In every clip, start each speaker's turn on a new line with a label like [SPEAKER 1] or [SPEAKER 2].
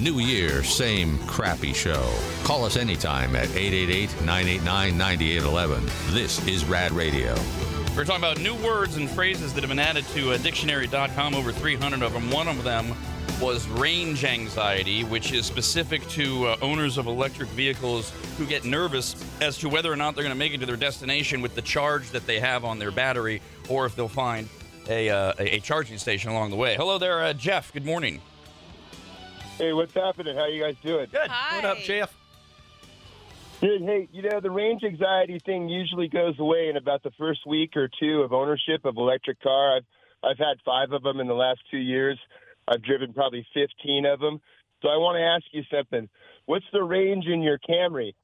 [SPEAKER 1] New year, same crappy show. Call us anytime at 888 989 9811. This is Rad Radio.
[SPEAKER 2] We're talking about new words and phrases that have been added to uh, dictionary.com, over 300 of them. One of them was range anxiety, which is specific to uh, owners of electric vehicles who get nervous as to whether or not they're going to make it to their destination with the charge that they have on their battery or if they'll find a, uh, a, a charging station along the way. Hello there, uh, Jeff. Good morning.
[SPEAKER 3] Hey, what's happening? How you guys doing?
[SPEAKER 2] Good.
[SPEAKER 4] Hi.
[SPEAKER 2] What up, Jeff?
[SPEAKER 3] Dude, hey, you know, the range anxiety thing usually goes away in about the first week or two of ownership of electric car. I've I've had 5 of them in the last 2 years. I've driven probably 15 of them. So I want to ask you something. What's the range in your Camry?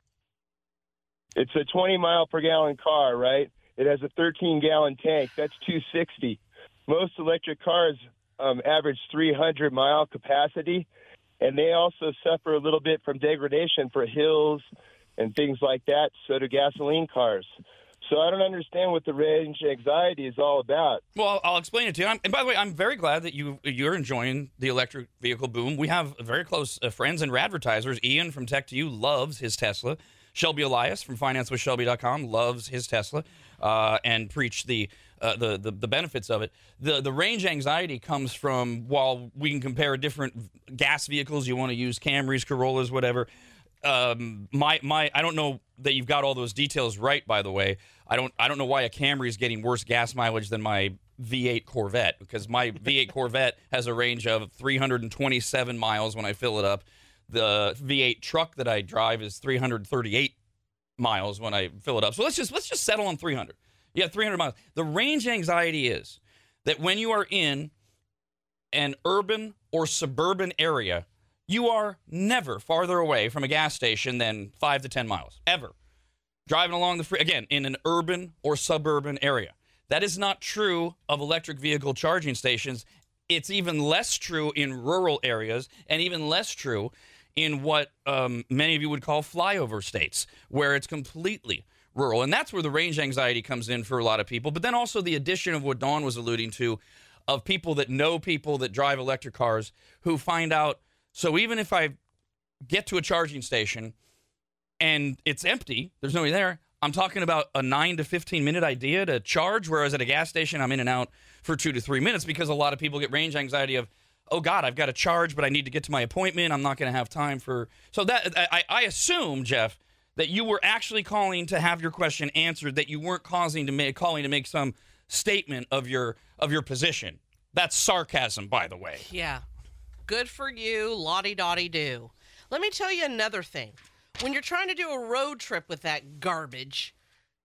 [SPEAKER 3] It's a 20 mile per gallon car, right? It has a 13 gallon tank. That's 260. Most electric cars um, average 300 mile capacity, and they also suffer a little bit from degradation for hills and things like that. So do gasoline cars. So I don't understand what the range anxiety is all about.
[SPEAKER 2] Well, I'll- I'll explain it to you. I'm, and by the way, I'm very glad that you you're enjoying the electric vehicle boom. We have very close uh, friends and advertisers. Ian from Tech to You loves his Tesla. Shelby Elias from FinanceWithShelby.com loves his Tesla uh, and preach the, uh, the the the benefits of it. The the range anxiety comes from while we can compare different v- gas vehicles. You want to use Camrys, Corollas, whatever um, my my I don't know that you've got all those details right. By the way, I don't I don't know why a Camry is getting worse gas mileage than my V8 Corvette because my V8 Corvette has a range of 327 miles when I fill it up. The V8 truck that I drive is 338 miles when I fill it up. So let's just let's just settle on 300. Yeah, 300 miles. The range anxiety is that when you are in an urban or suburban area, you are never farther away from a gas station than five to 10 miles, ever. Driving along the free, again, in an urban or suburban area. That is not true of electric vehicle charging stations. It's even less true in rural areas and even less true in what um, many of you would call flyover states, where it's completely rural. And that's where the range anxiety comes in for a lot of people. But then also the addition of what Dawn was alluding to of people that know people that drive electric cars who find out so even if I get to a charging station and it's empty, there's nobody there. I'm talking about a nine to 15 minute idea to charge, whereas at a gas station, I'm in and out for two to three minutes because a lot of people get range anxiety of, oh God, I've got to charge, but I need to get to my appointment. I'm not going to have time for. So that I, I I assume, Jeff, that you were actually calling to have your question answered, that you weren't causing to make, calling to make some statement of your of your position. That's sarcasm, by the way.
[SPEAKER 4] Yeah. Good for you, lottie dottie do. Let me tell you another thing. When you're trying to do a road trip with that garbage,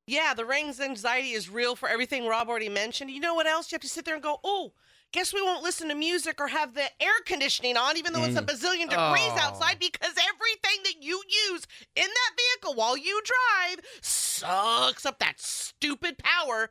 [SPEAKER 4] yeah, the rain's anxiety is real for everything Rob already mentioned. You know what else? You have to sit there and go, oh, guess we won't listen to music or have the air conditioning on, even though it's a bazillion degrees outside, because everything that you use in that vehicle while you drive sucks up that stupid power.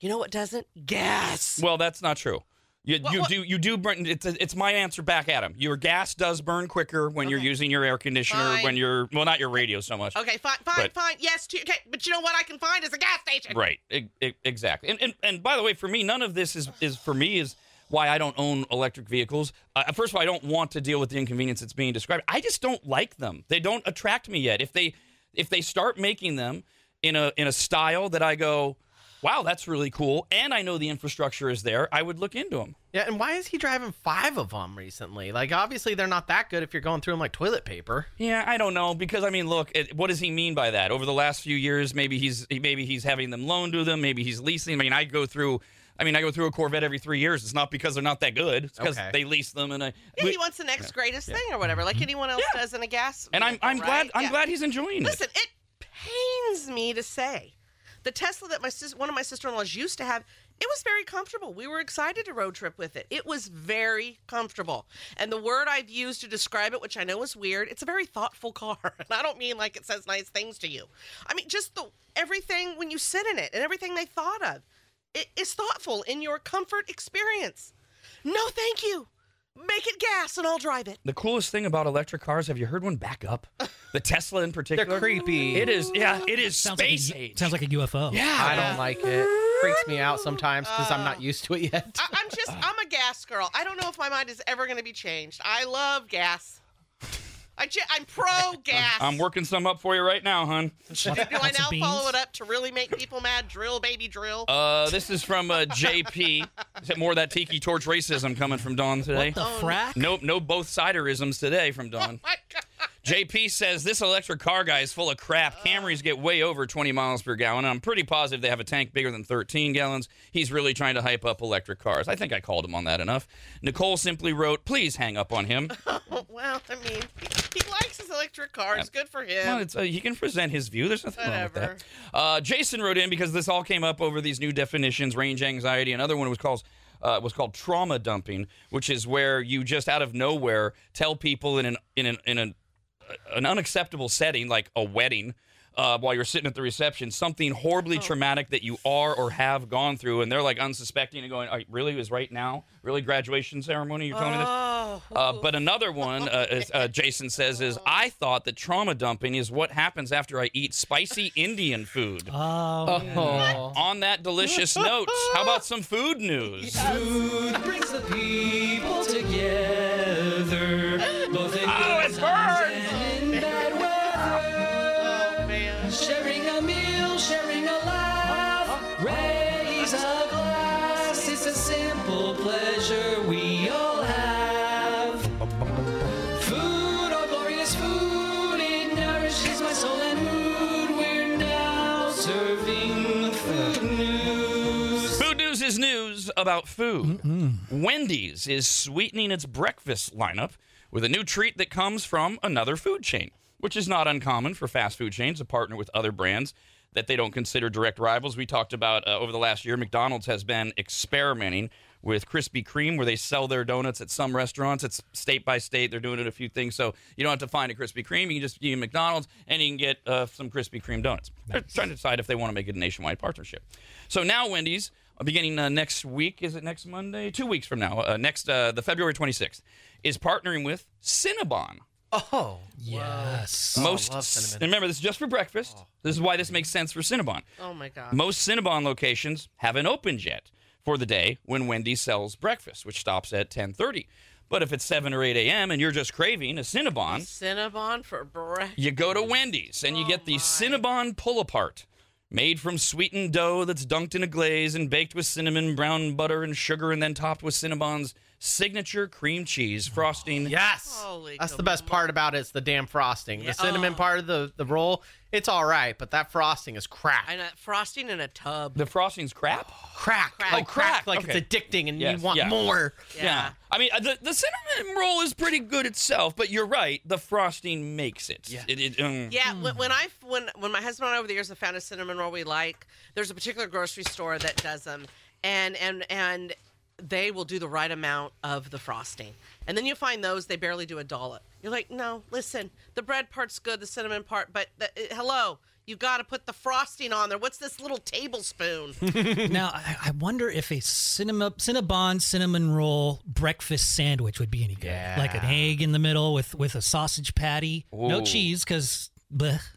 [SPEAKER 4] You know what doesn't? Gas.
[SPEAKER 2] Well, that's not true. You,
[SPEAKER 4] What-
[SPEAKER 2] you
[SPEAKER 4] what-
[SPEAKER 2] do you do burn. It's, it's my answer back, Adam. Your gas does burn quicker when you're using your air conditioner.
[SPEAKER 4] Fine.
[SPEAKER 2] When you're well, not your radio so much.
[SPEAKER 4] Okay, fine, fine,
[SPEAKER 2] But-
[SPEAKER 4] fine. Yes, to, okay, but you know what I can find is a gas station.
[SPEAKER 2] Right. E- e- exactly. And, and and by the way, for me, none of this is is for me is why I don't own electric vehicles. Uh, first of all, I don't want to deal with the inconvenience that's being described. I just don't like them. They don't attract me yet. If they if they start making them in a in a style that I go, wow, that's really cool, and I know the infrastructure is there, I would look into them.
[SPEAKER 5] Yeah, and why is he driving five of them recently? Like, obviously, they're not that good if you're going through them like toilet paper.
[SPEAKER 2] Yeah, I don't know because I mean, look, it, what does he mean by that? Over the last few years, maybe he's maybe he's having them loaned to them, maybe he's leasing. I mean, I go through, I mean, I go through a Corvette every three years. It's not because they're not that good; it's because
[SPEAKER 5] Okay.
[SPEAKER 2] they lease them, and I
[SPEAKER 4] Yeah,
[SPEAKER 2] we-
[SPEAKER 4] he wants the next greatest thing or whatever, like anyone else does in a gas.
[SPEAKER 2] Mm-hmm. and I'm
[SPEAKER 4] vehicle,
[SPEAKER 2] I'm glad
[SPEAKER 4] right?
[SPEAKER 2] I'm
[SPEAKER 4] Yeah.
[SPEAKER 2] glad he's enjoying
[SPEAKER 4] Listen,
[SPEAKER 2] it.
[SPEAKER 4] it pains me to say, the Tesla that my sis- one of my sister-in-laws used to have, it was very comfortable. We were excited to road trip with it. It was very comfortable. And the word I've used to describe it, which I know is weird, it's a very thoughtful car. And I don't mean like it says nice things to you. I mean just the everything when you sit in it and everything they thought of. It is thoughtful in your comfort experience. No, thank you. Make it gas and I'll drive it.
[SPEAKER 2] The coolest thing about electric cars, have you heard one back up? The Tesla in particular,
[SPEAKER 5] creepy.
[SPEAKER 2] It is, yeah, it is space
[SPEAKER 6] like a,
[SPEAKER 2] age.
[SPEAKER 6] Sounds like a UFO.
[SPEAKER 2] yeah,
[SPEAKER 5] I don't like it. Freaks me out sometimes because I'm not used to it yet.
[SPEAKER 4] I, I'm just, I'm a gas girl. I don't know if my mind is ever going to be changed. I love gas. I ju- I'm pro gas.
[SPEAKER 2] I'm working some up for you right now, hun.
[SPEAKER 4] Do I
[SPEAKER 6] Lots of
[SPEAKER 4] now
[SPEAKER 6] beans?
[SPEAKER 4] follow it up to really make people mad? Drill, baby, drill.
[SPEAKER 2] Uh, this is from uh, JP. Is it more of that tiki torch racism coming from Dawn today?
[SPEAKER 6] What the frack?
[SPEAKER 2] No, no both siderisms today from Dawn.
[SPEAKER 4] My God.
[SPEAKER 2] JP says this electric car guy is full of crap. Camrys get way over 20 miles per gallon. And I'm pretty positive they have a tank bigger than 13 gallons. He's really trying to hype up electric cars. I think I called him on that enough. Nicole simply wrote, "Please hang up on him."
[SPEAKER 4] Well, I mean, he, he likes his electric cars. Good for him.
[SPEAKER 2] Well, it's, uh, he can present his view. There's nothing wrong
[SPEAKER 4] Whatever.
[SPEAKER 2] with that. Uh, Jason wrote in because this all came up over these new definitions: range anxiety. Another one was called uh, was called trauma dumping, which is where you just out of nowhere tell people in an in an in an, uh, an unacceptable setting like a wedding. Uh, while you're sitting at the reception, something horribly traumatic that you are or have gone through, and they're like unsuspecting and going, "Are- "Really, it was right now? Really, graduation ceremony? You're telling me this?"
[SPEAKER 4] oh,
[SPEAKER 2] Uh, but another one, uh, is, uh, Jason says, is I thought that trauma dumping is what happens after I eat spicy Indian food.
[SPEAKER 6] Oh,
[SPEAKER 5] Oh.
[SPEAKER 2] On that delicious note, how about some food news?
[SPEAKER 5] Ah.
[SPEAKER 2] Oh, it burns!
[SPEAKER 4] oh, man.
[SPEAKER 7] Sharing a meal, sharing a laugh. Raise a glass. It's a simple pleasure we all have. Food, oh glorious food, it nourishes my soul and mood. We're now serving food news.
[SPEAKER 2] Food news is news about food. Wendy's is sweetening its breakfast lineup with a new treat that comes from another food chain, which is not uncommon for fast food chains to partner with other brands that they don't consider direct rivals. We talked about uh, over the last year, McDonald's has been experimenting with Krispy Kreme, where they sell their donuts at some restaurants. It's state by state. They're doing it a few things. So you don't have to find a Krispy Kreme. You can just eat at McDonald's and you can get uh, some Krispy Kreme donuts. They're trying to decide if they want to make it a nationwide partnership. So now Wendy's, uh, beginning uh, next week, is it next Monday? Two weeks from now, uh, next, uh, the February 26th, is partnering with Cinnabon.
[SPEAKER 5] Oh.
[SPEAKER 6] yes.
[SPEAKER 2] Most,
[SPEAKER 5] love
[SPEAKER 2] c-
[SPEAKER 5] Cinnabon.
[SPEAKER 2] and remember, this is just for breakfast. This is why this makes sense for Cinnabon.
[SPEAKER 4] Oh, my God.
[SPEAKER 2] Most Cinnabon locations haven't opened yet for the day when Wendy's sells breakfast, which stops at 10:30. But if it's 7 or 8 a.m. and you're just craving a Cinnabon,
[SPEAKER 4] Cinnabon for breakfast.
[SPEAKER 2] you go to Wendy's and you get the Cinnabon pull apart, made from sweetened dough that's dunked in a glaze and baked with cinnamon, brown butter, and sugar, and then topped with Cinnabon's signature cream cheese frosting.
[SPEAKER 5] Yes.
[SPEAKER 4] Holy
[SPEAKER 5] That's the best part about it. It's the damn frosting.
[SPEAKER 4] Yeah. Oh.
[SPEAKER 5] The cinnamon part of the, the roll, it's all right, but that frosting is crack.
[SPEAKER 4] And uh, frosting in a tub.
[SPEAKER 2] The frosting's crap.
[SPEAKER 5] Crack.
[SPEAKER 4] Crack.
[SPEAKER 5] Like
[SPEAKER 4] Oh,
[SPEAKER 2] crack.
[SPEAKER 5] crack. Like
[SPEAKER 2] Okay.
[SPEAKER 5] it's addicting and
[SPEAKER 2] Yes,
[SPEAKER 5] you want
[SPEAKER 2] yeah.
[SPEAKER 5] more.
[SPEAKER 4] Yeah.
[SPEAKER 2] I mean, uh, the, the cinnamon roll is pretty good itself, but you're right. The frosting makes it.
[SPEAKER 5] Yeah.
[SPEAKER 2] It, it, mm.
[SPEAKER 4] Yeah, when, when I when when my husband and I over the years have found a cinnamon roll we like, there's a particular grocery store that does them, and and and they will do the right amount of the frosting, and then you find those they barely do a dollop. You're like, no, listen, the bread part's good, the cinnamon part, but the, eh, hello, you got to put the frosting on there. What's this little tablespoon?
[SPEAKER 6] Now, I, I wonder if a cinema, Cinnabon cinnamon roll breakfast sandwich would be any good. Like an egg in the middle with, with a sausage patty. No
[SPEAKER 2] Ooh.
[SPEAKER 6] cheese, because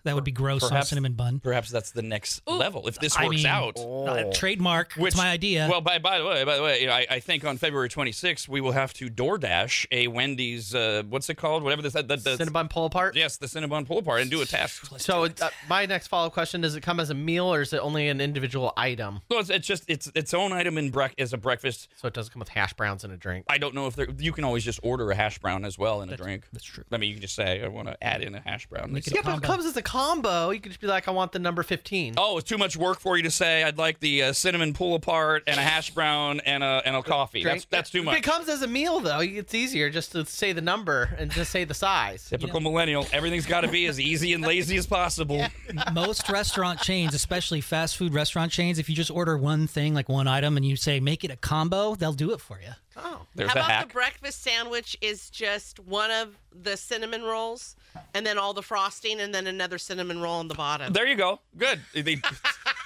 [SPEAKER 6] that would be gross on a
[SPEAKER 2] Perhaps-
[SPEAKER 6] cinnamon bun.
[SPEAKER 2] Perhaps that's the next level if this
[SPEAKER 6] I
[SPEAKER 2] works
[SPEAKER 6] mean,
[SPEAKER 2] out.
[SPEAKER 6] uh, trademark. it's my idea.
[SPEAKER 2] Well, by, by the way, by the way, you know, I, I think on February 26th we will have to DoorDash a Wendy's. Uh, what's it called? Whatever this. The, the,
[SPEAKER 5] Cinnabon pull apart.
[SPEAKER 2] Yes, the Cinnabon pull apart and do a task.
[SPEAKER 5] So it, uh, my next follow up question: Does it come as a meal or is it only an individual item?
[SPEAKER 2] So it's, it's just it's its own item in brec- as a breakfast.
[SPEAKER 5] So it doesn't come with hash browns and a drink.
[SPEAKER 2] I don't know if there, you can always just order a hash brown as well and a drink.
[SPEAKER 6] That's true.
[SPEAKER 2] I mean, you can just say I want to add in a hash brown. They
[SPEAKER 6] Make it
[SPEAKER 2] say-
[SPEAKER 5] yeah, but if it
[SPEAKER 6] combo.
[SPEAKER 5] comes as a combo. You could just be like, I want the number fifteen.
[SPEAKER 2] Oh, it's too much work for you to say. I'd like the uh, cinnamon pull apart and a hash brown and a and a coffee.
[SPEAKER 5] drink.
[SPEAKER 2] That's that's too
[SPEAKER 5] If it
[SPEAKER 2] much.
[SPEAKER 5] comes as a meal though, it's easier just to say the number and just say the size.
[SPEAKER 2] Typical millennial. Everything's got to be as easy and lazy as possible.
[SPEAKER 6] most restaurant chains, especially fast food restaurant chains, if you just order one thing, like one item, and you say make it a combo, they'll do it for you.
[SPEAKER 2] There's
[SPEAKER 4] How
[SPEAKER 2] a
[SPEAKER 4] about
[SPEAKER 2] hack.
[SPEAKER 4] the breakfast sandwich is just one of the cinnamon rolls, and then all the frosting, and then another cinnamon roll on the bottom.
[SPEAKER 2] There you go. Good. They,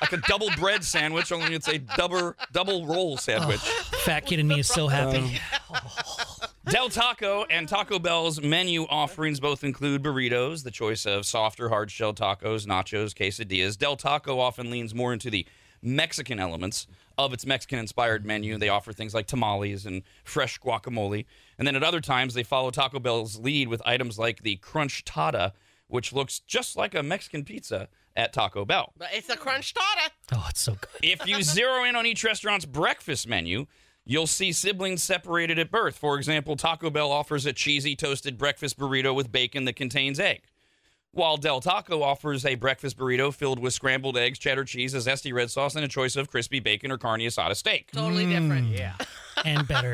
[SPEAKER 2] like a double bread sandwich, only it's a double double roll sandwich.
[SPEAKER 6] Fat kid and me is so
[SPEAKER 2] Um,
[SPEAKER 6] happy.
[SPEAKER 2] Del Taco and Taco Bell's menu offerings both include burritos, the choice of soft or hard shell tacos, nachos, quesadillas. Del Taco often leans more into the Mexican elements of its Mexican inspired menu. They offer things like tamales and fresh guacamole. And then at other times, they follow Taco Bell's lead with items like the Crunch Tada, which looks just like a Mexican pizza at Taco Bell.
[SPEAKER 4] But it's a crunch tada.
[SPEAKER 6] Oh, it's so good.
[SPEAKER 2] If you zero in on each restaurant's breakfast menu, you'll see siblings separated at birth. For example, Taco Bell offers a cheesy toasted breakfast burrito with bacon that contains egg, while Del Taco offers a breakfast burrito filled with scrambled eggs, cheddar cheese, a zesty red sauce, and a choice of crispy bacon or carne asada steak.
[SPEAKER 4] Totally different. Yeah.
[SPEAKER 6] and better.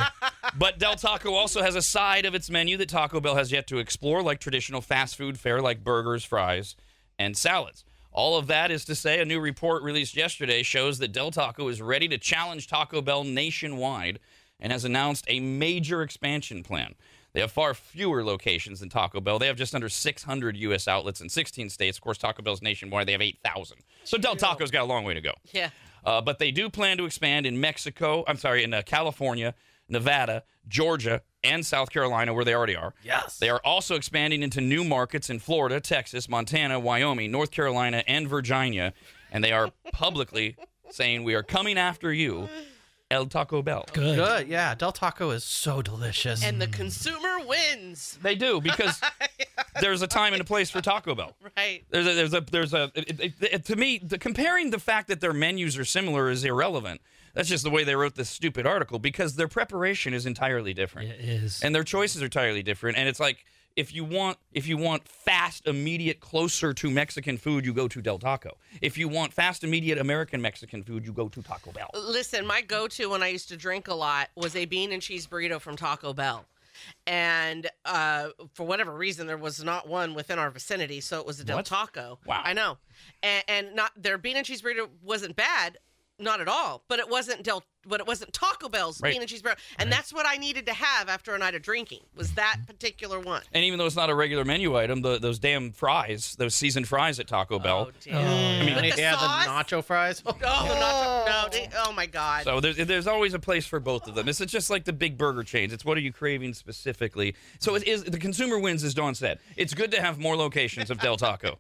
[SPEAKER 2] But Del Taco also has a side of its menu that Taco Bell has yet to explore, like traditional fast food fare like burgers, fries, and salads. All of that is to say, a new report released yesterday shows that Del Taco is ready to challenge Taco Bell nationwide and has announced a major expansion plan. They have far fewer locations than Taco Bell. They have just under 600 U.S. outlets in 16 states. Of course, Taco Bell's nationwide, they have 8,000. So Del Taco's got a long way to go.
[SPEAKER 4] Yeah.
[SPEAKER 2] Uh, but they do plan to expand in Mexico. I'm sorry, in uh, California, Nevada, Georgia, and South Carolina, where they already are.
[SPEAKER 5] Yes.
[SPEAKER 2] They are also expanding into new markets in Florida, Texas, Montana, Wyoming, North Carolina, and Virginia. And they are publicly saying, "We are coming after you, El Taco Bell."
[SPEAKER 6] Good.
[SPEAKER 5] Good. Yeah. Del Taco is so delicious.
[SPEAKER 4] And the consumer wins.
[SPEAKER 2] They do because there's a time and a place for Taco Bell.
[SPEAKER 4] Right.
[SPEAKER 2] There's a, there's a, there's a, it, it, it, to me, the, comparing the fact that their menus are similar is irrelevant. That's just the way they wrote this stupid article because their preparation is entirely different.
[SPEAKER 6] It is.
[SPEAKER 2] And their choices are entirely different. And it's like, if you want, if you want fast, immediate, closer to Mexican food, you go to Del Taco. If you want fast, immediate American Mexican food, you go to Taco Bell.
[SPEAKER 4] Listen, my go-to when I used to drink a lot was a bean and cheese burrito from Taco Bell. And uh, for whatever reason, there was not one within our vicinity, so it was a Del
[SPEAKER 2] What?
[SPEAKER 4] Taco.
[SPEAKER 2] Wow.
[SPEAKER 4] I know, and, and not their bean and cheese burrito wasn't bad, not at all. But it wasn't Del, but it wasn't Taco Bell's
[SPEAKER 2] Right.
[SPEAKER 4] bean and cheese burrito, and that's what I needed to have after a night of drinking was that particular one.
[SPEAKER 2] And even though it's not a regular menu item, the, those damn fries, those seasoned fries at Taco Bell.
[SPEAKER 4] Oh, damn.
[SPEAKER 5] I mean,
[SPEAKER 4] the
[SPEAKER 5] yeah,
[SPEAKER 4] sauce?
[SPEAKER 5] the nacho fries.
[SPEAKER 4] Oh, the nacho- no, they- oh my God.
[SPEAKER 2] So there's, there's always a place for both of them. It's just like the big burger chains. It's what are you craving specifically. So it is the consumer wins, as Dawn said. It's good to have more locations of Del Taco.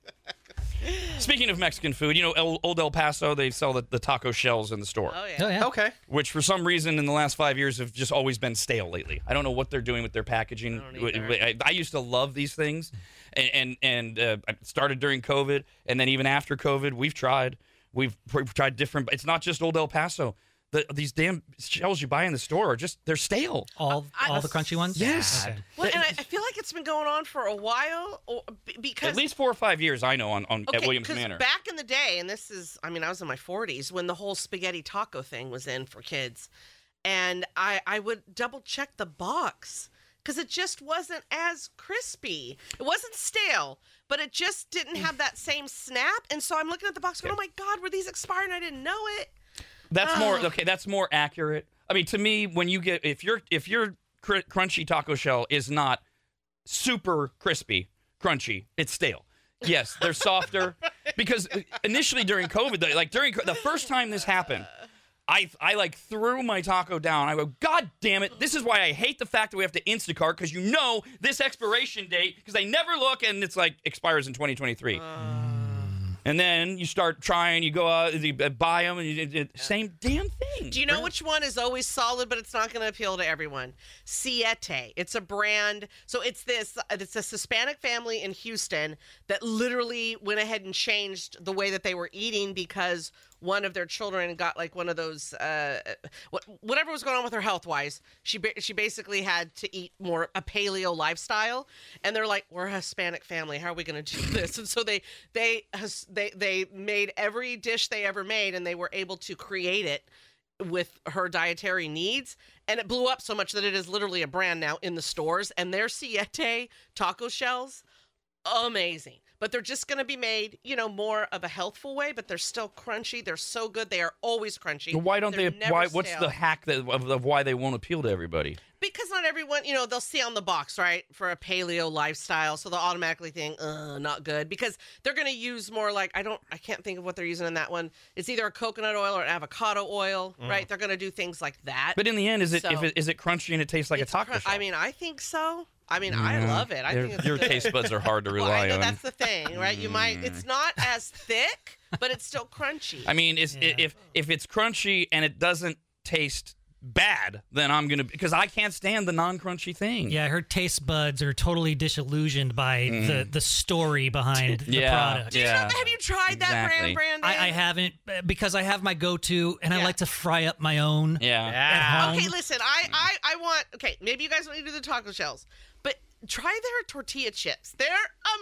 [SPEAKER 2] Speaking of Mexican food, you know, El, Old El Paso, they sell the, the taco shells in the store,
[SPEAKER 4] oh yeah.
[SPEAKER 6] Oh, yeah.
[SPEAKER 5] Okay.
[SPEAKER 2] which for some reason in the last five years have just always been stale lately. I don't know what they're doing with their packaging. I, I used to love these things, and and, and uh, I started during COVID, and then even after COVID, we've tried, we've, we've tried different. It's not just Old El Paso. The, these damn shells you buy in the store are just they're stale.
[SPEAKER 6] All
[SPEAKER 4] I-
[SPEAKER 6] all the crunchy ones.
[SPEAKER 2] Yes.
[SPEAKER 6] Okay.
[SPEAKER 4] Well, and I, I feel like it's been going on for a while, or, be- because
[SPEAKER 2] At least four or five years I know on, on at Williams
[SPEAKER 4] 'cause
[SPEAKER 2] Manor.
[SPEAKER 4] Back in the day, and this is, I mean, I was in my 40s when the whole spaghetti taco thing was in for kids. And I, I would double check the box because it just wasn't as crispy. It wasn't stale, but it just didn't have that same snap. And so I'm looking at the box going, oh my God, were these expired? And I didn't know it.
[SPEAKER 2] That's more okay. That's more accurate. I mean, to me, when you get if your if your cr- crunchy taco shell is not super crispy, crunchy, it's stale. Yes, they're softer because uh, initially during COVID, though, like during co- the first time this happened. I, I like threw my taco down. I go, God damn it. This is why I hate the fact that we have to Instacart because you know this expiration date because they never look and it's like expires in 2023.
[SPEAKER 4] Uh.
[SPEAKER 2] And then you start trying, you go out, you uh, buy them, and you, it, it- same damn thing.
[SPEAKER 4] Do you know which one is always solid, but it's not going to appeal to everyone? Siete. It's a brand. So it's this. uh, It's this Hispanic family in Houston that literally went ahead and changed the way that they were eating because one of their children got like one of those, uh, what- whatever was going on with her health wise. She ba- she basically had to eat more a paleo lifestyle, and they're like, we're a Hispanic family. How are we going to do this? And so they they they they made every dish they ever made, and they were able to create it with her dietary needs and it blew up so much that it is literally a brand now in the stores and their siete taco shells amazing but they're just going to be made you know more of a healthful way but they're still crunchy they're so good they are always crunchy
[SPEAKER 2] Why don't
[SPEAKER 4] They're
[SPEAKER 2] they?
[SPEAKER 4] never
[SPEAKER 2] Why? What's
[SPEAKER 4] stale.
[SPEAKER 2] the hack that, of, of why they won't appeal to everybody?
[SPEAKER 4] because not everyone, you know, they'll see on the box, right, for a paleo lifestyle. So they'll automatically think, uh, not good because they're going to use more like, I don't, I can't think of what they're using in that one. It's either a coconut oil or an avocado oil,
[SPEAKER 2] Mm.
[SPEAKER 4] right? They're going to do things like that.
[SPEAKER 2] But in the end, is it, if
[SPEAKER 4] So-
[SPEAKER 2] it is it crunchy and it tastes like a
[SPEAKER 4] It's
[SPEAKER 2] taco
[SPEAKER 4] cr-
[SPEAKER 2] shell?
[SPEAKER 4] I mean, I think so. I mean, I love it.
[SPEAKER 2] Mm.
[SPEAKER 4] I
[SPEAKER 2] Your-
[SPEAKER 4] think it's
[SPEAKER 2] your
[SPEAKER 4] good.
[SPEAKER 2] taste buds are hard to
[SPEAKER 4] Well, I
[SPEAKER 2] rely
[SPEAKER 4] know
[SPEAKER 2] on. Mm.
[SPEAKER 4] that's the thing, right? You might. It's not as thick, but it's still crunchy.
[SPEAKER 2] I mean, it's, i if if it's crunchy and it doesn't taste bad, then I'm gonna because I can't stand the non-crunchy thing.
[SPEAKER 6] Yeah, her taste buds are totally disillusioned by the the story behind the
[SPEAKER 2] Mm-hmm. Yeah,
[SPEAKER 6] product.
[SPEAKER 4] Do you know-
[SPEAKER 2] yeah.
[SPEAKER 4] have you tried that
[SPEAKER 2] Exactly.
[SPEAKER 4] brand, Brandon?
[SPEAKER 6] I, I haven't uh, because I have my go-to, and I
[SPEAKER 4] Yeah.
[SPEAKER 6] like to fry up my own.
[SPEAKER 2] Yeah.
[SPEAKER 5] Yeah.
[SPEAKER 6] At home.
[SPEAKER 4] Okay, listen. I, I, I want. Okay, maybe you guys don't need to do the taco shells, but try their tortilla chips. They're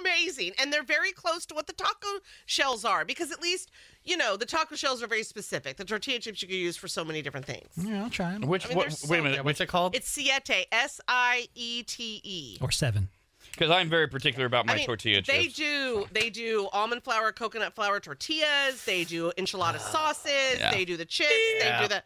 [SPEAKER 4] amazing, and they're very close to what the taco shells are because at least you know the taco shells are very specific. The tortilla chips you can use for so many different things.
[SPEAKER 6] Yeah, I'll try 'em.
[SPEAKER 2] Which
[SPEAKER 4] I mean,
[SPEAKER 2] what, wait
[SPEAKER 4] there's
[SPEAKER 2] a
[SPEAKER 4] some-
[SPEAKER 5] Yeah,
[SPEAKER 2] minute,
[SPEAKER 5] what's it called?
[SPEAKER 4] It's siete, S I E T E.
[SPEAKER 6] Or seven.
[SPEAKER 2] because I'm very particular about my
[SPEAKER 4] I mean,
[SPEAKER 2] tortilla
[SPEAKER 4] they
[SPEAKER 2] chips.
[SPEAKER 4] do they do almond flour, coconut flour tortillas. They do enchilada sauces.
[SPEAKER 2] Ah, Yeah.
[SPEAKER 4] They do the chips. They do the.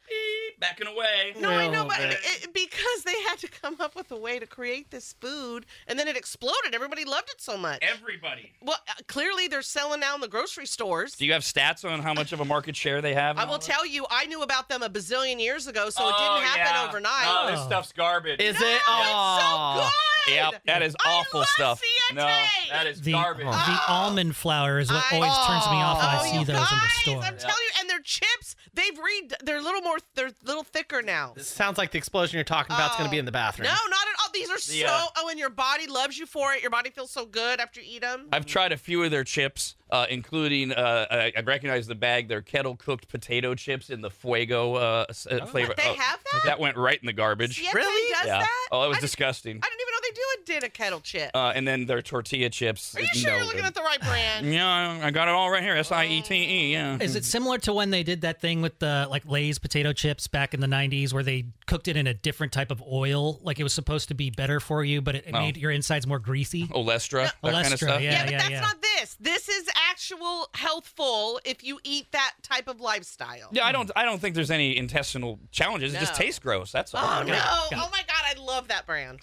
[SPEAKER 2] Backing away.
[SPEAKER 4] No, I know,
[SPEAKER 5] No,
[SPEAKER 4] but
[SPEAKER 5] but-
[SPEAKER 4] it, because they had to come up with a way to create this food, and then it exploded. Everybody loved it so much.
[SPEAKER 2] Everybody.
[SPEAKER 4] well, uh, clearly they're selling now in the grocery stores.
[SPEAKER 2] Do you have stats on how much of a market share they have?
[SPEAKER 4] I will tell you, I knew about them a bazillion years ago, so it
[SPEAKER 2] Oh,
[SPEAKER 4] didn't happen
[SPEAKER 2] yeah.
[SPEAKER 4] overnight.
[SPEAKER 2] Oh, this stuff's garbage.
[SPEAKER 5] Is
[SPEAKER 4] No,
[SPEAKER 5] it? Oh,
[SPEAKER 4] it's so good.
[SPEAKER 2] Yep, that is
[SPEAKER 4] I
[SPEAKER 2] awful
[SPEAKER 4] love
[SPEAKER 2] stuff.
[SPEAKER 4] Siete.
[SPEAKER 2] No, that is
[SPEAKER 6] The,
[SPEAKER 2] garbage.
[SPEAKER 6] the almond flour is what
[SPEAKER 4] Oh. I-
[SPEAKER 6] always turns me off when
[SPEAKER 4] Oh,
[SPEAKER 6] I see
[SPEAKER 4] you
[SPEAKER 6] those
[SPEAKER 4] guys,
[SPEAKER 6] in the store.
[SPEAKER 4] I'm telling you, and their chips, they've read they're a little more they're a little thicker now.
[SPEAKER 5] This sounds like the explosion you're talking about is going
[SPEAKER 4] Oh.
[SPEAKER 5] to be in the
[SPEAKER 4] No,
[SPEAKER 5] bathroom.
[SPEAKER 4] not at all. These are
[SPEAKER 2] The,
[SPEAKER 4] so
[SPEAKER 2] uh,
[SPEAKER 4] oh, and your body loves you for it. Your body feels so good after you eat them.
[SPEAKER 2] I've tried a few of their chips, uh, including uh, I, I recognize the bag. Their kettle cooked potato chips in the Fuego uh, s- uh, flavor.
[SPEAKER 4] They
[SPEAKER 2] Oh,
[SPEAKER 4] have that?
[SPEAKER 2] That went right in the garbage.
[SPEAKER 4] Siete
[SPEAKER 5] Really?
[SPEAKER 4] does
[SPEAKER 2] yeah.
[SPEAKER 4] that?
[SPEAKER 2] Oh, that was
[SPEAKER 4] I, didn't,
[SPEAKER 2] disgusting.
[SPEAKER 4] I didn't even know they do it. Did a kettle chip?
[SPEAKER 2] Uh, and then their tortilla chips.
[SPEAKER 4] are you sure
[SPEAKER 2] no
[SPEAKER 4] you're looking
[SPEAKER 2] good.
[SPEAKER 4] at the Oh. right brand?
[SPEAKER 2] Yeah, I got it all right here. S i e t e. Yeah.
[SPEAKER 6] Is it similar to when they did that thing with the like Lay's potato chips back in the '90s, where they cooked it in a different type of oil, like it was supposed to be better for you, but it, it
[SPEAKER 2] Oh.
[SPEAKER 6] made your insides more greasy?
[SPEAKER 2] Olestra, that kind
[SPEAKER 6] Olestra,
[SPEAKER 2] of stuff.
[SPEAKER 6] yeah.
[SPEAKER 4] but that's not this. This is actual healthful if you eat that type of lifestyle.
[SPEAKER 2] Yeah, I don't. I don't think there's any intestinal challenges. It just
[SPEAKER 4] No.
[SPEAKER 2] tastes gross. That's all.
[SPEAKER 4] Oh no!
[SPEAKER 6] Yeah.
[SPEAKER 4] Oh my God! I love that brand.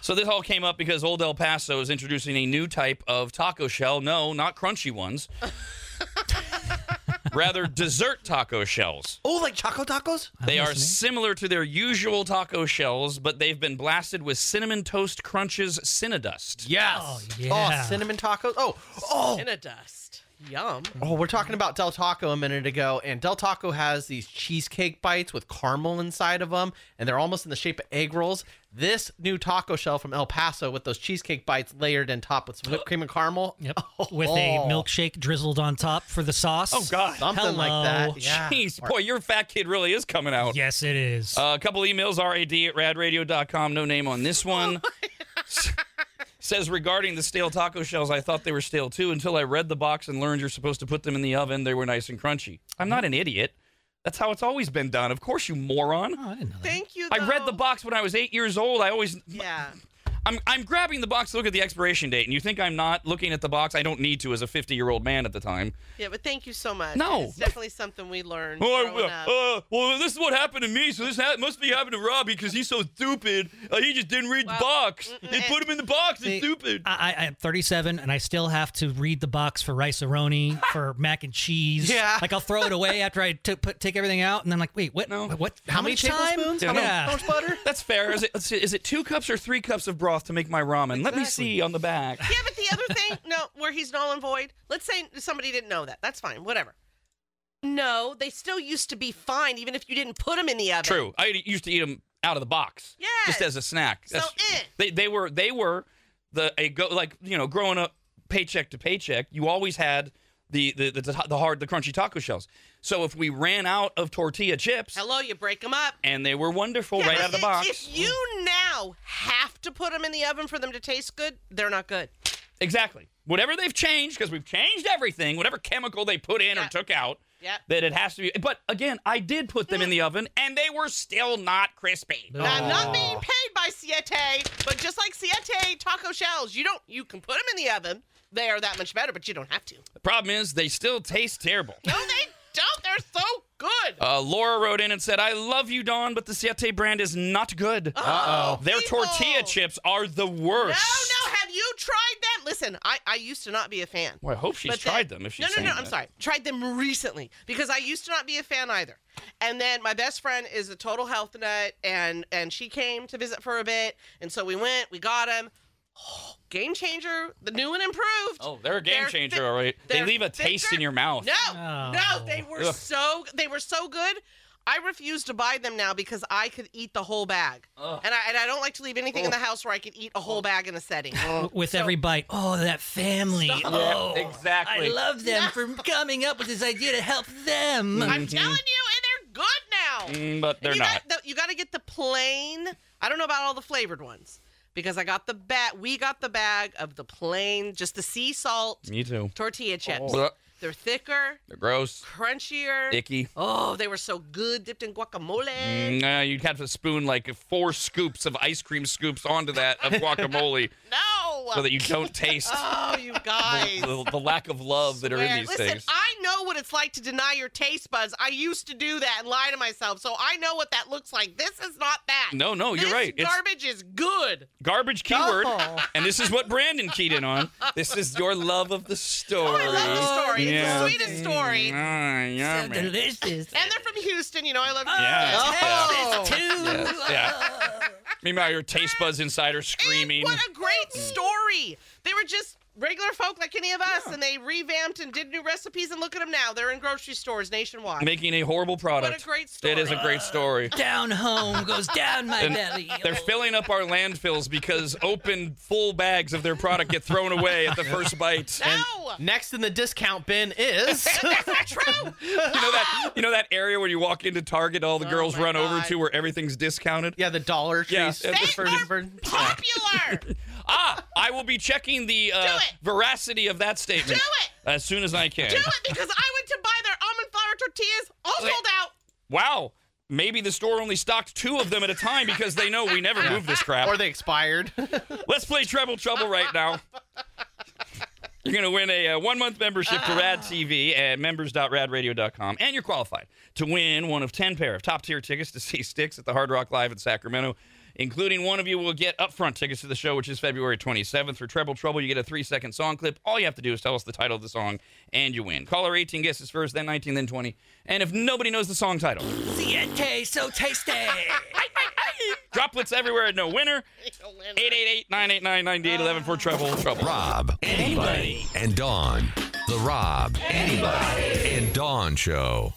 [SPEAKER 2] So this all came up because Old El Paso is introducing a new type of taco shell. No, not crunchy ones. Rather, dessert taco shells.
[SPEAKER 5] Oh, like choco tacos?
[SPEAKER 2] They are
[SPEAKER 6] listening.
[SPEAKER 2] similar to their usual taco shells, but they've been blasted with cinnamon toast crunches cinnadust.
[SPEAKER 5] Yes.
[SPEAKER 6] Oh, yeah.
[SPEAKER 5] Oh, cinnamon tacos. Oh, oh,
[SPEAKER 4] In a dust. Yum.
[SPEAKER 5] oh. We're talking about Del Taco a minute ago, and Del Taco has these cheesecake bites with caramel inside of them, and they're almost in the shape of egg rolls. This new taco shell from El Paso with those cheesecake bites layered and topped with some whipped cream and caramel.
[SPEAKER 6] Yep. With a
[SPEAKER 5] Oh.
[SPEAKER 6] milkshake drizzled on top for the sauce. Oh
[SPEAKER 2] God.
[SPEAKER 5] Something like
[SPEAKER 6] Hello.
[SPEAKER 5] that. Yeah.
[SPEAKER 2] Jeez, boy, your fat kid really is coming out.
[SPEAKER 6] Yes, it is.
[SPEAKER 2] Uh, a couple emails, rad at radradio.com, no name on this one. S- Says regarding the stale taco shells, I thought they were stale too until I read the box and learned you're supposed to put them in the oven. They were nice and crunchy. I'm not an idiot. That's how it's always been done. Of course, you moron.
[SPEAKER 6] oh, I didn't know that.
[SPEAKER 4] Thank you.
[SPEAKER 2] I read
[SPEAKER 4] though.
[SPEAKER 2] the box when I was eight years old. I always,
[SPEAKER 4] Yeah.
[SPEAKER 2] I'm, I'm grabbing the box to look at the expiration date, and you think I'm not looking at the box? I don't need to as a 50 year old man at the time.
[SPEAKER 4] Yeah, but thank you so much.
[SPEAKER 2] No.
[SPEAKER 4] It's definitely something we learned.
[SPEAKER 2] Oh,
[SPEAKER 4] growing up.
[SPEAKER 2] I- uh, well, this is what happened to me, so this ha- must be happened to Rob because he's so stupid. Uh, he just didn't read the box. They put him in the box. It's stupid.
[SPEAKER 6] I, I, I'm 37 and I still have to read the box for rice aroni, for mac and cheese.
[SPEAKER 5] Yeah.
[SPEAKER 6] Like I'll throw it away after I t- put, take everything out and then like, wait, what?
[SPEAKER 2] No.
[SPEAKER 6] What?
[SPEAKER 5] How, many
[SPEAKER 6] much time?
[SPEAKER 5] tablespoons? How, many,
[SPEAKER 6] yeah.
[SPEAKER 5] how much butter?
[SPEAKER 2] That's fair. Is it, let's see, is it two cups or three cups of broth to make my ramen? Let me see on the back.
[SPEAKER 4] Yeah, but the other thing, no, where he's null and void. Let's say somebody didn't know that. That's fine. Whatever. No, they still used to be fine, even if you didn't put them in the oven.
[SPEAKER 2] True. I used to eat them out of the box. Just
[SPEAKER 4] Yes.
[SPEAKER 2] as a snack.
[SPEAKER 4] So, eh.
[SPEAKER 2] they they were they were the a go like you know growing up paycheck to paycheck. You always had the the the, the, hard the crunchy taco shells. So if we ran out of tortilla chips.
[SPEAKER 4] Hello, you break them up.
[SPEAKER 2] And they were wonderful Oh, right out of the
[SPEAKER 4] If-
[SPEAKER 2] box.
[SPEAKER 4] If you now have to put them in the oven for them to taste good, they're not good.
[SPEAKER 2] Exactly. Whatever they've changed, because we've changed everything, whatever chemical they put in or
[SPEAKER 4] Yeah.
[SPEAKER 2] took out,
[SPEAKER 4] Yeah.
[SPEAKER 2] that it has to be. But again, I did put them in the oven and they were still not crispy.
[SPEAKER 4] Now, I'm not being paid by Siete, but just like Siete taco shells, you don't you can put them in the oven. They are that much better, but you don't have to.
[SPEAKER 2] The problem is they still taste terrible.
[SPEAKER 4] No, they don't. They're so good.
[SPEAKER 2] Uh, Laura wrote in and said, I love you, Dawn, but the Siete brand is not good.
[SPEAKER 4] Uh-oh.
[SPEAKER 2] Their
[SPEAKER 4] People.
[SPEAKER 2] tortilla chips are the worst.
[SPEAKER 4] No, no. Have you tried them? Listen, I, I used to not be a fan.
[SPEAKER 2] Well, I hope she's
[SPEAKER 4] But then-
[SPEAKER 2] tried them if she's
[SPEAKER 4] no, no,
[SPEAKER 2] saying
[SPEAKER 4] no. I'm
[SPEAKER 2] that.
[SPEAKER 4] sorry. Tried them recently because I used to not be a fan either. And then my best friend is a total health nut, and and she came to visit for a bit, and so we went. We got them. game changer, the new and improved.
[SPEAKER 2] Oh, they're a game
[SPEAKER 4] They're
[SPEAKER 2] changer,
[SPEAKER 4] thi-
[SPEAKER 2] all right. They
[SPEAKER 4] they're
[SPEAKER 2] leave a taste
[SPEAKER 4] thicker.
[SPEAKER 2] in your mouth.
[SPEAKER 4] No,
[SPEAKER 6] Oh.
[SPEAKER 4] no, they were
[SPEAKER 2] Ugh.
[SPEAKER 4] so they were so good. I refuse to buy them now because I could eat the whole bag, and I and I don't like to leave anything in the house where I could eat a whole bag in a setting.
[SPEAKER 6] with every bite. Oh, that family. Oh,
[SPEAKER 2] exactly.
[SPEAKER 6] I love them for coming up with this idea to help them.
[SPEAKER 4] I'm telling you, and they're good now.
[SPEAKER 2] Mm, but they're
[SPEAKER 4] you
[SPEAKER 2] not.
[SPEAKER 4] Got the, you got to get the plain. I don't know about all the flavored ones because I got the bag. We got the bag of the plain, just the sea salt
[SPEAKER 2] Me too.
[SPEAKER 4] tortilla chips.
[SPEAKER 2] Blech.
[SPEAKER 4] They're thicker,
[SPEAKER 2] They're gross.
[SPEAKER 4] crunchier.
[SPEAKER 2] Icky.
[SPEAKER 4] Oh, they were so good, dipped in guacamole.
[SPEAKER 2] Nah, you'd have to spoon like four scoops of ice cream scoops onto that of guacamole
[SPEAKER 4] No.
[SPEAKER 2] so that you don't taste
[SPEAKER 4] oh, you guys.
[SPEAKER 2] the, the lack of love that are in
[SPEAKER 4] Man,
[SPEAKER 2] these
[SPEAKER 4] listen,
[SPEAKER 2] things.
[SPEAKER 4] I know what it's like to deny your taste buds. I used to do that and lie to myself, so I know what that looks like. This is not that.
[SPEAKER 2] No, no, you're
[SPEAKER 4] This
[SPEAKER 2] right. It's-
[SPEAKER 4] Garbage is good.
[SPEAKER 2] Garbage keyword. And this is what Brandon keyed in on. This is your love of the story.
[SPEAKER 4] Oh, I love the story.
[SPEAKER 2] Yeah.
[SPEAKER 4] It's the sweetest story. And
[SPEAKER 2] Ah,
[SPEAKER 6] So
[SPEAKER 2] yummy.
[SPEAKER 6] delicious.
[SPEAKER 4] they're from Houston, you know. I love
[SPEAKER 2] Yeah.
[SPEAKER 4] Houston.
[SPEAKER 6] Texas too.
[SPEAKER 2] yeah. Meanwhile, your taste buds inside are
[SPEAKER 4] And
[SPEAKER 2] screaming.
[SPEAKER 4] what a great
[SPEAKER 2] Mm.
[SPEAKER 4] story. They were just regular folk like any of us, and they revamped and did new recipes. And look at them now. They're in grocery stores nationwide.
[SPEAKER 2] Making a horrible product.
[SPEAKER 4] What a great story.
[SPEAKER 2] It is a great story.
[SPEAKER 6] Down home goes down my
[SPEAKER 2] And
[SPEAKER 6] belly.
[SPEAKER 2] They're filling up our landfills because open full bags of their product get thrown away at the first bite.
[SPEAKER 4] no.
[SPEAKER 5] Next in the discount bin is
[SPEAKER 4] That's not true.
[SPEAKER 2] You know that you know that area where you walk into Target, all the girls
[SPEAKER 4] Oh my
[SPEAKER 2] run over
[SPEAKER 4] God.
[SPEAKER 2] to where everything's discounted.
[SPEAKER 5] yeah the Dollar Tree.
[SPEAKER 2] Yeah,
[SPEAKER 5] store.
[SPEAKER 2] at the
[SPEAKER 4] They
[SPEAKER 2] first-
[SPEAKER 4] are popular. Do
[SPEAKER 2] Ah, I will be checking the uh,
[SPEAKER 4] it.
[SPEAKER 2] veracity of that statement
[SPEAKER 4] it.
[SPEAKER 2] as soon as I can.
[SPEAKER 4] it because I went to buy their almond flour tortillas, all sold out.
[SPEAKER 2] Wow. Maybe the store only stocked two of them at a time because they know we never move this crap.
[SPEAKER 5] or they expired.
[SPEAKER 2] Let's play Treble Trouble right now. You're going to win a uh, one month membership to Rad TV at members.radradio.com. And you're qualified to win one of 10 pair of top tier tickets to see Sticks at the Hard Rock Live in Sacramento. Including one of you will get upfront tickets to the show, which is February 27th. For Treble Trouble, you get a three second song clip. All you have to do is tell us the title of the song, and you win. Caller 18 guesses first, then 19, then 20. And if nobody knows the song title,
[SPEAKER 6] Siete, so tasty.
[SPEAKER 2] droplets everywhere and no winner. 888 989 9811 for Treble Trouble.
[SPEAKER 1] Rob. Anybody. And Dawn. The Rob. Anybody. And Dawn Show.